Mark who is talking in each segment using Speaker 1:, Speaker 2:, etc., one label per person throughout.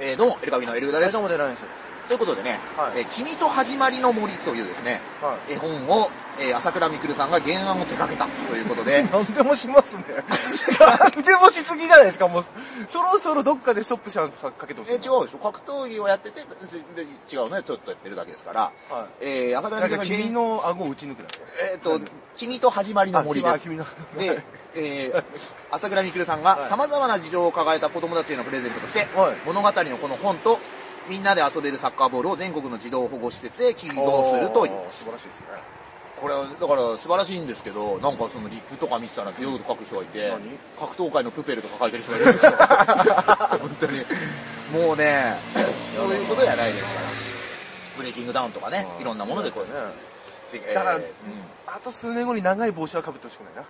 Speaker 1: えー、どうも、エルカビのエルグダ
Speaker 2: は
Speaker 1: で
Speaker 2: い、
Speaker 1: す。
Speaker 2: どう
Speaker 1: と
Speaker 2: も、デラインスです。
Speaker 1: いうことでね、
Speaker 2: はい
Speaker 1: えー君と始まりの森というですね、
Speaker 2: は、
Speaker 1: 絵本を、えー朝倉未来さんが原案を手掛けたということで
Speaker 2: 何でもしますね。 何でもしすぎじゃないですか、もう。そろそろどっかでストップしちゃうとさかけてほしい。
Speaker 1: えー違うでしょ格闘技をやってて、で違うね、ちょっとやってるだけですから、
Speaker 2: は
Speaker 1: えー朝倉
Speaker 2: なん
Speaker 1: 未
Speaker 2: か
Speaker 1: 来さん
Speaker 2: 君
Speaker 1: の
Speaker 2: の顎を打ち抜くな。
Speaker 1: えーと、君と始まりの森で
Speaker 2: あ
Speaker 1: す。
Speaker 2: 君の。
Speaker 1: で、えー、朝倉未来さんが
Speaker 2: はい
Speaker 1: 様々な事情を抱えた子供たちへのプレゼントとして、
Speaker 2: はい
Speaker 1: 物語のこの本と、みんなで遊べるサッカーボールを全国の児童保護施設へ寄贈するという。
Speaker 2: おー素晴らしいですね。
Speaker 1: これはだから素晴らしいんですけど、なんかそのリプとか見てたら、強いこと書く人がいて
Speaker 2: 何、
Speaker 1: 格闘界のプペルとか書いてる人がいるん ですよ。本当に。もうね、そういうことじゃないですから。ブレイキングダウンとかね、いろんなものでこう、
Speaker 2: そうですね。
Speaker 1: えー
Speaker 2: だから
Speaker 1: うん
Speaker 2: あと数年後に長い帽子はかぶってほしくないな。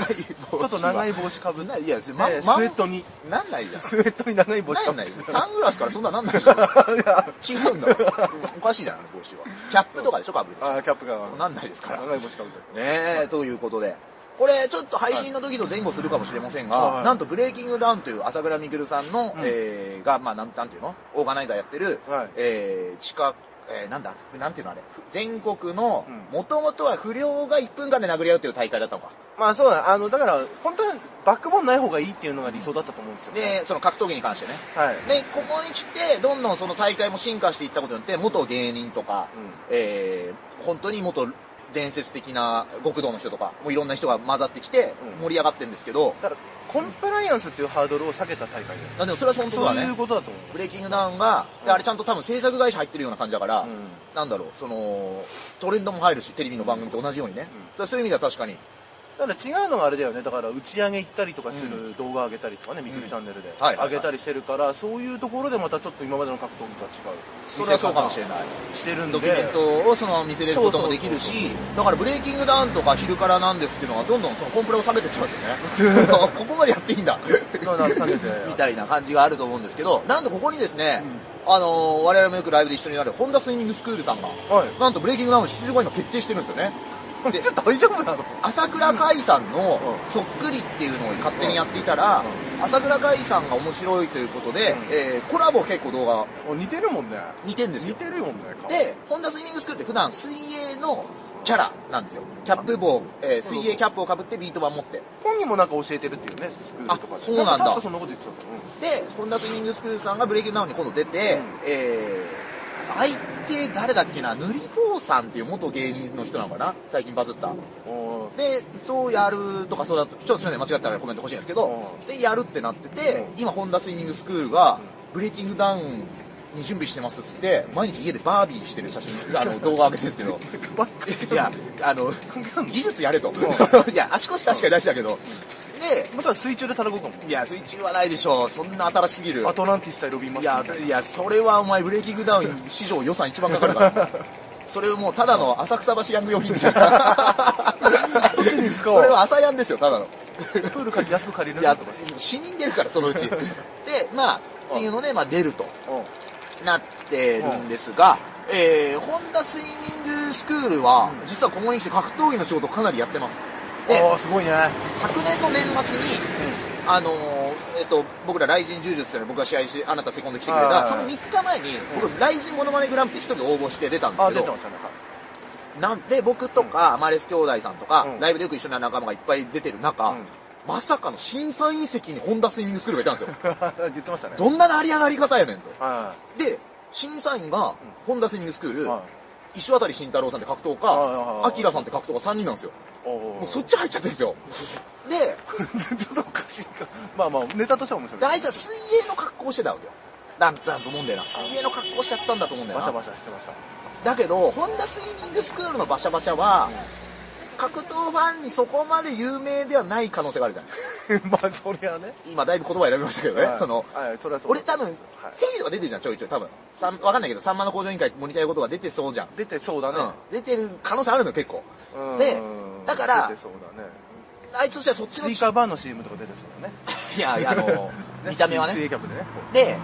Speaker 2: ち
Speaker 1: 長い帽子は。
Speaker 2: ょっと長い帽子かぶっ
Speaker 1: な
Speaker 2: て。
Speaker 1: いや、ま、
Speaker 2: ね
Speaker 1: ま、
Speaker 2: スウェットに。
Speaker 1: なんないじゃん。
Speaker 2: スウェットに長い帽子
Speaker 1: な
Speaker 2: か
Speaker 1: い
Speaker 2: ぶ
Speaker 1: ない
Speaker 2: って。
Speaker 1: サングラスからそんななんないじゃん。違うんだからおかしいじゃん、あの帽子は。キャップとかでしょ、かぶるでし
Speaker 2: あ
Speaker 1: ょ
Speaker 2: ー、キャップが。
Speaker 1: そうなんないですから。
Speaker 2: 長い帽子かぶって。
Speaker 1: ねえ、ということで。これ、ちょっと配信の時と前後するかもしれませんが、
Speaker 2: はい
Speaker 1: なんとブレイキングダウンという朝倉未来さんの、えーが、まあ、なん、なんていうのオーガナイザーやってる、
Speaker 2: はい
Speaker 1: えー、地下、えー、なんだなんていうのあれ全国の
Speaker 2: うん、
Speaker 1: もともとは不良が1分間で殴り合うという大会だったのか。
Speaker 2: まあそうだ、あの、だから、本当はバックボーンない方がいいっていうのが理想だったと思うんですよ。
Speaker 1: で、その格闘技に関してね。
Speaker 2: はい。
Speaker 1: で、ここに来て、どんどんその大会も進化していったことによって、元芸人とか、
Speaker 2: うん
Speaker 1: えー本当に元伝説的な極道の人とか、もういろんな人が混ざってきて
Speaker 2: うん、
Speaker 1: 盛り上がってるんですけど、
Speaker 2: だから、コンプライアンスっていうハードルを下げた大会だよ。
Speaker 1: あでもそれは本当
Speaker 2: そう
Speaker 1: だ
Speaker 2: いう
Speaker 1: ね。
Speaker 2: ことだと思う。
Speaker 1: ブレイキングダウンが、であれちゃんと多分制作会社入ってるような感じだから、
Speaker 2: うん
Speaker 1: なんだろう、その、トレンドも入るし、テレビの番組と同じようにね。
Speaker 2: うん
Speaker 1: だからそういう意味では確かに、
Speaker 2: だから違うのがあれだよね。だから打ち上げ行ったりとかする動画上げたりとかね、ミクルチャンネルで
Speaker 1: はいはいはい
Speaker 2: 上げたりしてるから、そういうところでまたちょっと今までの格闘技とは違う。
Speaker 1: それはそうかもしれない。
Speaker 2: してるんで。
Speaker 1: ドキュメントをその見せれることもできる
Speaker 2: そう
Speaker 1: し、だからブレイキングダウンとか昼からなんですっていうのはどんどんそのコンプラを下げてっちゃうん ですよね。ここまでやっていいんだ。
Speaker 2: そうなんです 下げて
Speaker 1: みたいな感じがあると思うんですけど、なんとここにですね、あのー我々もよくライブで一緒になるホンダスイミングスクールさんが、
Speaker 2: はい
Speaker 1: なんとブレイキングダウン出場が今決定してるんですよね。で
Speaker 2: 大丈夫なの
Speaker 1: 朝倉海さんの
Speaker 2: う
Speaker 1: そっくりっていうのを勝手にやっていたら、朝倉海さんが面白いということで、
Speaker 2: うん
Speaker 1: えーコラボ結構動画
Speaker 2: お 似てるもんね。
Speaker 1: 似てんですよ
Speaker 2: 似。てるもんね、顔。
Speaker 1: で、ホンダスイミングスクールって普段水泳のキャラなんですよ。キャップ帽、えー水泳キャップをかぶってビート板持って。
Speaker 2: 本人もなんか教えてるっていうね、スクールとかで
Speaker 1: あそうなんだ
Speaker 2: 確かそんなこと言ってたと思う。
Speaker 1: で、ホンダスイミングスクールさんがブレイキングダウンに今度出て、えー、相手誰だっけな、塗り坊さんっていう元芸人の人なのかな最近バズった。
Speaker 2: おー
Speaker 1: で、とやるとかそうだと、ちょっとすみません、間違ったらコメント欲しいんですけど、
Speaker 2: う
Speaker 1: で、やるってなってて、
Speaker 2: う
Speaker 1: 今、ホンダスイミングスクールが、ブレイキングダウンに準備してますっつって、毎日家でバービーしてる写真、あの、動画上げてるんですけど、いや、あの、技術やれと。 いや、足腰確かに大事だけど。で、
Speaker 2: もちろん水中で戦うかも。
Speaker 1: いや、水中はないでしょう。そんな新しすぎる
Speaker 2: ア。トランティス対ロビンマ
Speaker 1: い
Speaker 2: スター
Speaker 1: や
Speaker 2: みたい、ない
Speaker 1: や、それはお前、ブレイキングダウン史上予算一番かかる から。それもうただの浅草橋ヤング用品みたいな。
Speaker 2: そっちに行くか
Speaker 1: それは朝ヤンですよ、ただの。
Speaker 2: プール借り安く借りれ
Speaker 1: い
Speaker 2: る
Speaker 1: や
Speaker 2: のとか。、
Speaker 1: 死人出るから、そのうち。で、まあ、っていうので、まあ、出るとなってるんですが、えー、ホンダスイミングスクールは、実はここに来て格闘技の仕事をかなりやってます。で、
Speaker 2: おー、すごいね。
Speaker 1: 昨年の年末に、あのーえっと、僕ら、雷神柔術っていうの僕が試合して、あなたセコンド来てくれ
Speaker 2: はいはい
Speaker 1: た、そ
Speaker 2: はい
Speaker 1: の3日前に、僕、雷神モノマネグランプリ一人で応募して出たんです
Speaker 2: あ、
Speaker 1: け
Speaker 2: 出て
Speaker 1: ど
Speaker 2: まし、たね。
Speaker 1: なんで、僕とか、アマレス兄弟さんとか、
Speaker 2: うん
Speaker 1: ライブでよく一緒になる仲間がいっぱい出てる中、
Speaker 2: うん
Speaker 1: まさかの審査員席にホンダスイミングスクールがいたんですよ。
Speaker 2: はい言ってましたね。
Speaker 1: どんな成り上がり方やねんと。
Speaker 2: は
Speaker 1: で、審査員が、ホンダスイミングスクール、
Speaker 2: はい
Speaker 1: 石渡慎太郎さんって格闘
Speaker 2: はいはいは
Speaker 1: 家、
Speaker 2: い
Speaker 1: アキラさんって格闘家3人なんですよ。
Speaker 2: い。お
Speaker 1: もう
Speaker 2: ー
Speaker 1: そっち入っちゃってるんですよ。で、
Speaker 2: ちょっとおかしいか。まあまあ、ネタとしては面白い。
Speaker 1: であいつは水泳の格好をしてたわけよ。だんだんと思うんだよな。水泳の格好しちゃったんだと思うんだよ
Speaker 2: バシャ
Speaker 1: な。
Speaker 2: バシャしてました。
Speaker 1: だけど、ホンダスイミングスクールのバシャバシャは、格闘ファンにそこまで有名ではない可能性があるじゃん。
Speaker 2: まあ、そりゃね。
Speaker 1: 今だいぶ言葉選びましたけどね、
Speaker 2: はい
Speaker 1: その、
Speaker 2: はい、それはそう。
Speaker 1: 俺多分、テレビとか出てるじゃん、ちょいちょい、多分。さんわかんないけど、さんまの工場委員会モニターことが出てそうじゃん。
Speaker 2: 出てそうだ
Speaker 1: うん
Speaker 2: ね。
Speaker 1: 出てる可能性あるのよ、結構
Speaker 2: うん。
Speaker 1: で、だから
Speaker 2: 出て、そうだね。
Speaker 1: あいつとしてはそっちの
Speaker 2: スイカバーの CM とか出てそうだね。、
Speaker 1: いや、いやあの 見た目は
Speaker 2: 水
Speaker 1: ね。
Speaker 2: 泳キャップでね。
Speaker 1: で、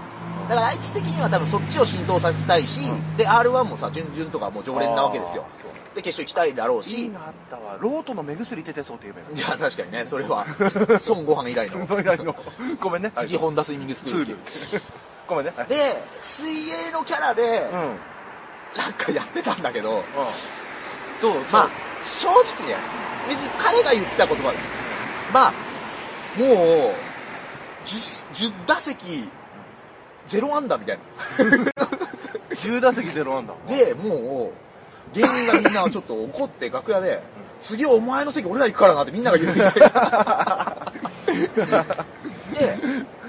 Speaker 1: だからあいつ的には多分そっちを浸透させたいし、で、R1 もさ、準々とかもう常連なわけですよ
Speaker 2: あ。
Speaker 1: で、決勝行きたいだろう
Speaker 2: いい
Speaker 1: し、
Speaker 2: のあったわ。ロートの目薬出てそうって言えばい
Speaker 1: いや、確かにね、そ れは、孫悟飯以来の、
Speaker 2: いの。ごめんね。
Speaker 1: 次、ホンダスイミングスクールっていう。
Speaker 2: ごめんね。はい
Speaker 1: で、水泳のキャラで、
Speaker 2: うん。うん。
Speaker 1: なんかやってたんだけど、
Speaker 2: どう
Speaker 1: まあ、正直ね、別に彼が言ってた言葉、まあ、もう、10, 10打席、0アンダーみたい
Speaker 2: 10打席0アンダー。
Speaker 1: な。で、もう、芸人がみんなちょっと怒って楽屋で、次はお前の席俺ら行くからなってみんなが言ってきて。で、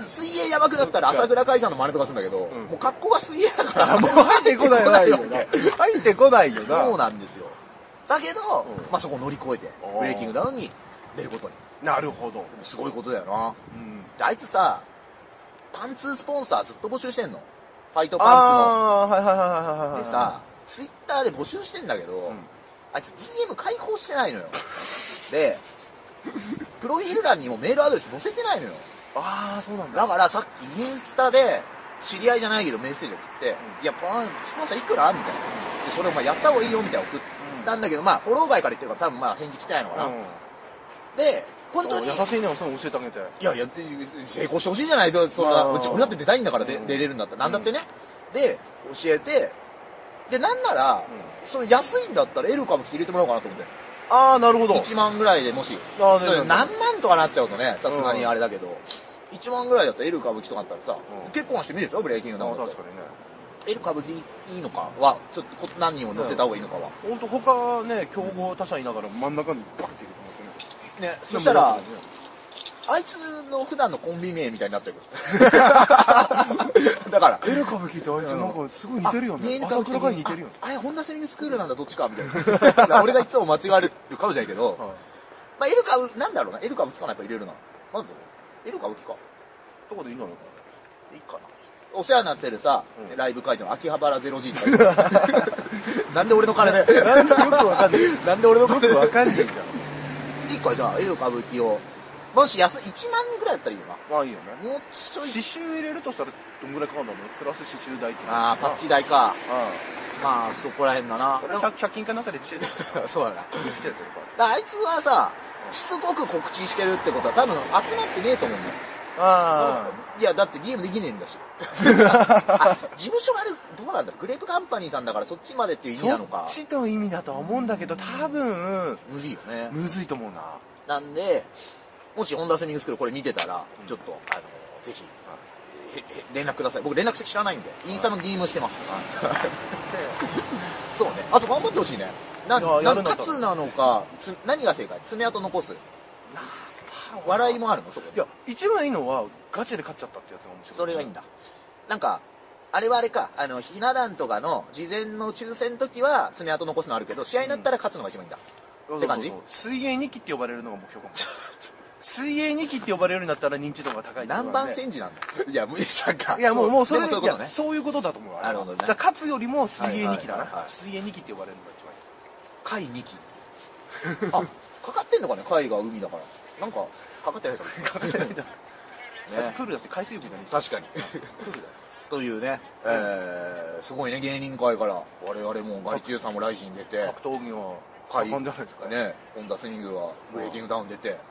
Speaker 1: 水泳やばくなったら朝倉海さんの真似とかするんだけど、
Speaker 2: ん
Speaker 1: もう格好が水泳だか
Speaker 2: あ
Speaker 1: ら、
Speaker 2: もう入ってこないよな。 入ってこないよな。
Speaker 1: そうなんですよ。だけど、
Speaker 2: うん
Speaker 1: まあそこを乗り越えて
Speaker 2: あー、
Speaker 1: ブレイキングダウンに出ることに。
Speaker 2: なるほど。
Speaker 1: すごいことだよな。
Speaker 2: うん。
Speaker 1: であいつさ、パンツスポンサーずっと募集してんの。ファイトパ
Speaker 2: ああー、はいはいはい
Speaker 1: ン
Speaker 2: は
Speaker 1: ツ
Speaker 2: いはい。
Speaker 1: の。でさ、ツイッターで募集してんだけど、
Speaker 2: ん
Speaker 1: あいつ DM 開放してないのよ。で、プロフィール欄にもメールアドレス載せてないのよ。
Speaker 2: ああ、そうなんだ。
Speaker 1: だからさっきインスタで、知り合いじゃないけどメッセージ送って、いや、パン、スポンサーいくらみたいな。で、それお前やった方がいいよ、みたいな送ったんだけど、まあ、フォロー外から言ってるから多分まあ返事来てないのかな。
Speaker 2: うん
Speaker 1: で、本当に、
Speaker 2: 優しいね、おさん教えてあげて。
Speaker 1: いやいや、で成功してほしいじゃないと、そん
Speaker 2: ま
Speaker 1: な、
Speaker 2: あ
Speaker 1: うち俺だって出たいんだからで、
Speaker 2: うん
Speaker 1: 出れるんだったら、なんだってね。で、教えて、で、なんなら、その安いんだったらエルカム着て入れてもらおうかなと思って。
Speaker 2: ああ、なるほど。
Speaker 1: 1万ぐらいでもし、
Speaker 2: あー
Speaker 1: それ
Speaker 2: ね
Speaker 1: 何万とかなっちゃうとね、さすが
Speaker 2: う
Speaker 1: に
Speaker 2: ん
Speaker 1: あれだけど、1万ぐらいだったらエル歌舞伎とかだったらさ
Speaker 2: うん、
Speaker 1: 結構な人見るでしょ、ブレイキングダウンだと
Speaker 2: 確。かにね。
Speaker 1: エル歌舞伎いいのかは、ちょっとこ何人を乗せた方がいいのかは。
Speaker 2: 本当他ね、競合他社いながら真ん中にバンっていると思ってね。
Speaker 1: ね、そしたら、あいつの普段のコンビ名みたいになっちゃう けど。だから、
Speaker 2: エル歌舞伎ってあいつなんかすごい似てるよね。
Speaker 1: あ
Speaker 2: 朝倉海に似てるよね。
Speaker 1: ああれ、ホンダスミングスクールなんだ、どっちか、みたい な。俺がいつも間違われるかもしれないけど、
Speaker 2: はい
Speaker 1: まあ、エルカウ、なんだろうな、エルカウキかな、やっぱ入れるな。なんだろうエルカウキか。
Speaker 2: とこでいいん だろ
Speaker 1: いいかな。お世話になってるさ、
Speaker 2: うん
Speaker 1: ライブ会場の秋葉原ゼロ G とか 言うなんで俺の金だよ。
Speaker 2: なんでよくわかんない。
Speaker 1: なんで俺の金だ
Speaker 2: わ
Speaker 1: よ。
Speaker 2: かんないじ
Speaker 1: いいか、じゃあ、エルカウキを。もし安い、1万ぐらいだったらいいよな。
Speaker 2: ゃん。まあいいよね。
Speaker 1: もうちょい
Speaker 2: 刺、繍入れるとしたらどんぐらいかかるのプラス刺繍代って。
Speaker 1: ああ、パッチ代か。
Speaker 2: う
Speaker 1: まあ、そこら辺だな。
Speaker 2: ん。これ 100, 100均かなんかで チェーンして
Speaker 1: そうだな。
Speaker 2: たやつや
Speaker 1: だ
Speaker 2: っ
Speaker 1: からあいつはさ、しつこく告知してるってことは多分集まってねえと思うんだよ。
Speaker 2: ぱあ
Speaker 1: いや、だってゲームできねえんだ し。あ事務所がある、どうなんだろうグレープカンパニーさんだからそっちまでっていう意味なの
Speaker 2: そ
Speaker 1: か
Speaker 2: っ。ちの意味だとは思うんだけど、多分、
Speaker 1: 無理よね。
Speaker 2: むずいと思うな。
Speaker 1: なんで、もしホンダスミングスクールこれ見てたら、
Speaker 2: うん
Speaker 1: ちょっと、あの、ぜひ、へへ連絡ください。僕連絡先知らないんで、インスタの DM してます。 そうね。あと頑張ってほしいね。な、
Speaker 2: いやや
Speaker 1: な
Speaker 2: るんだったら
Speaker 1: 勝つなのか、つ何が正解爪痕残す。笑いもあるのそこ
Speaker 2: いや、一番いいのは、ガチで勝っちゃったってやつが面白い。
Speaker 1: それがいいんだ。なんか、あれはあれか、あの、ひな壇とかの事前の抽選の時は爪痕残すのあるけど、試合になったら勝つのが一番いいんだ。
Speaker 2: そうそうそう。
Speaker 1: って感じ
Speaker 2: 水泳2期って呼ばれるのが目標かも。水泳2期って呼ばれるようになったら認知度が高いってことだね。
Speaker 1: 何番戦時なんだいや、無理さんか。
Speaker 2: いや、もう、もう、それ
Speaker 1: でそういうこと
Speaker 2: いや
Speaker 1: ね。
Speaker 2: そういうことだと思う。あれ
Speaker 1: な
Speaker 2: は
Speaker 1: るほどね
Speaker 2: だから勝つよりも水泳2期だ
Speaker 1: はいはいはい
Speaker 2: な。
Speaker 1: はい
Speaker 2: 水泳2期って呼ばれるのが一番いい。
Speaker 1: 貝2機。あ、かかってんのかね貝が海だから。なんか、かかってないかも。かかってないだ。ね
Speaker 2: プールだって海水浴じゃない
Speaker 1: 確かに。
Speaker 2: プールだよ。
Speaker 1: というね、えー、すごいね、芸人界から、我々も外中さんも来シに出て、
Speaker 2: 格闘技は
Speaker 1: 貝
Speaker 2: 盛んじゃないですか。
Speaker 1: ね、ホンダスイングはブレーキングダウン出て、
Speaker 2: 出て。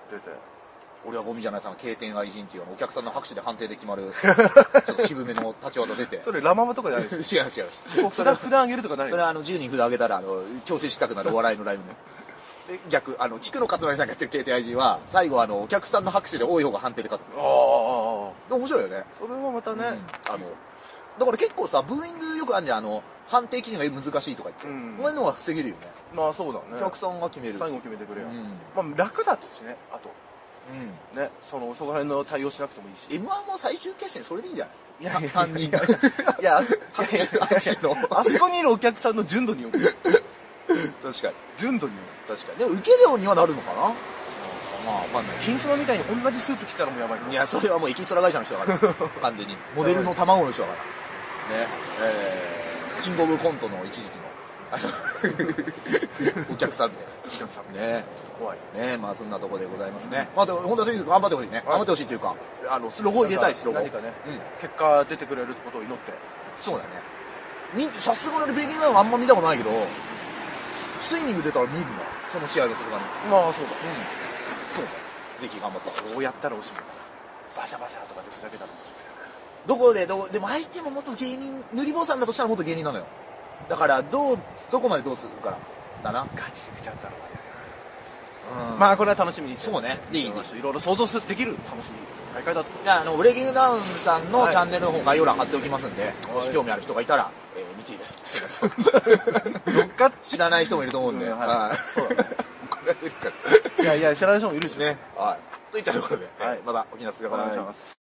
Speaker 1: 俺はゴミじゃないさん、経典愛人っていうあのお客さんの拍手で判定で決ま る、ちょっと渋めの立ち技出て。
Speaker 2: それラママとかじゃ ないです
Speaker 1: 違う違う。
Speaker 2: か。
Speaker 1: そ
Speaker 2: 普
Speaker 1: れ
Speaker 2: 段、
Speaker 1: は、
Speaker 2: 普段あげるとかない
Speaker 1: それはあの、10人札上げたら、あの、強制失格になるお笑いのライブね。で、逆、あの、菊野勝成さんがやってる経典愛人は、最後あの、お客さんの拍手で多い方が判定で勝
Speaker 2: ああああ、ああ
Speaker 1: つ。で面白いよね。
Speaker 2: それはまたね、
Speaker 1: うんあの、だから結構さ、ブーイングよくあるじゃん、あの、判定基準が難しいとか言って。
Speaker 2: うん
Speaker 1: こういうのは防げるよね。
Speaker 2: まあそうだ
Speaker 1: お
Speaker 2: ね。
Speaker 1: 客さんが決める。
Speaker 2: 最後決めてくれよ。
Speaker 1: う
Speaker 2: まあ楽だったしね、あと。
Speaker 1: うん。
Speaker 2: ね、その、そこら辺の対応しなくてもいいし。
Speaker 1: M1 も最終決戦それでいいんじゃ
Speaker 2: い
Speaker 1: な
Speaker 2: やい
Speaker 1: い
Speaker 2: や
Speaker 1: ?3 人が。
Speaker 2: いや、あそ
Speaker 1: 拍手拍手の
Speaker 2: あそこにいるお客さんの純度による。
Speaker 1: 確かに。
Speaker 2: 純度によ
Speaker 1: 確かに。でも受け量にはなるのかなまあ、わかんない
Speaker 2: る。。金スマみたいに同じスーツ着たらもうやばいぞ
Speaker 1: いや、それはもうエキストラ会社の人 だから。完全に。モデルの卵の人だから。ね。えー、キングオブコントの一時期 の、あのお客さんみ
Speaker 2: お客さん
Speaker 1: たいな。ね。
Speaker 2: 怖い。
Speaker 1: ねまあそんなとこでございますね。まあでも、本田選手頑張ってほしいね。頑張ってほしいというか、あの、ロゴ入れたいです、ロゴ。
Speaker 2: 何かね、
Speaker 1: うん。
Speaker 2: 結果出てくれることを祈って。
Speaker 1: そうだね。み、さすがのリベリングダウンはあんま見たことないけど、スイミング出たら見るな。その試合でさすがに。
Speaker 2: まあそうだ。
Speaker 1: そうだ。ぜひ頑張って。
Speaker 2: こうやったらおしまいだな。バシャバシャとかでふざけたらおしまいだな。
Speaker 1: どこでどこ、でも相手も元芸人、塗り坊さんだとしたら元芸人なのよ。だから、どう、どこまでどうするか、だな。
Speaker 2: ガチで来ちゃったら
Speaker 1: うん。
Speaker 2: まあこれは楽しみにして
Speaker 1: そうね
Speaker 2: いいいいいろいろ想像できる楽しみ大 会だった
Speaker 1: じゃあ、あの、ブレイキングダウンさんの
Speaker 2: はい
Speaker 1: チャンネルの方、概要欄貼っておきますんで、
Speaker 2: い
Speaker 1: もし興味ある人がいたら、えー見ていただきたいな
Speaker 2: 乗っかっ
Speaker 1: と。知らない人もいると思うんで、
Speaker 2: うんはい
Speaker 1: はい。
Speaker 2: そうだね
Speaker 1: 怒られるか
Speaker 2: いやいや知らない人もいるでしょ
Speaker 1: ら。ね。はい。といったところで、
Speaker 2: はい
Speaker 1: またお気になすがさ
Speaker 2: お
Speaker 1: ま
Speaker 2: 願
Speaker 1: でし
Speaker 2: いしたます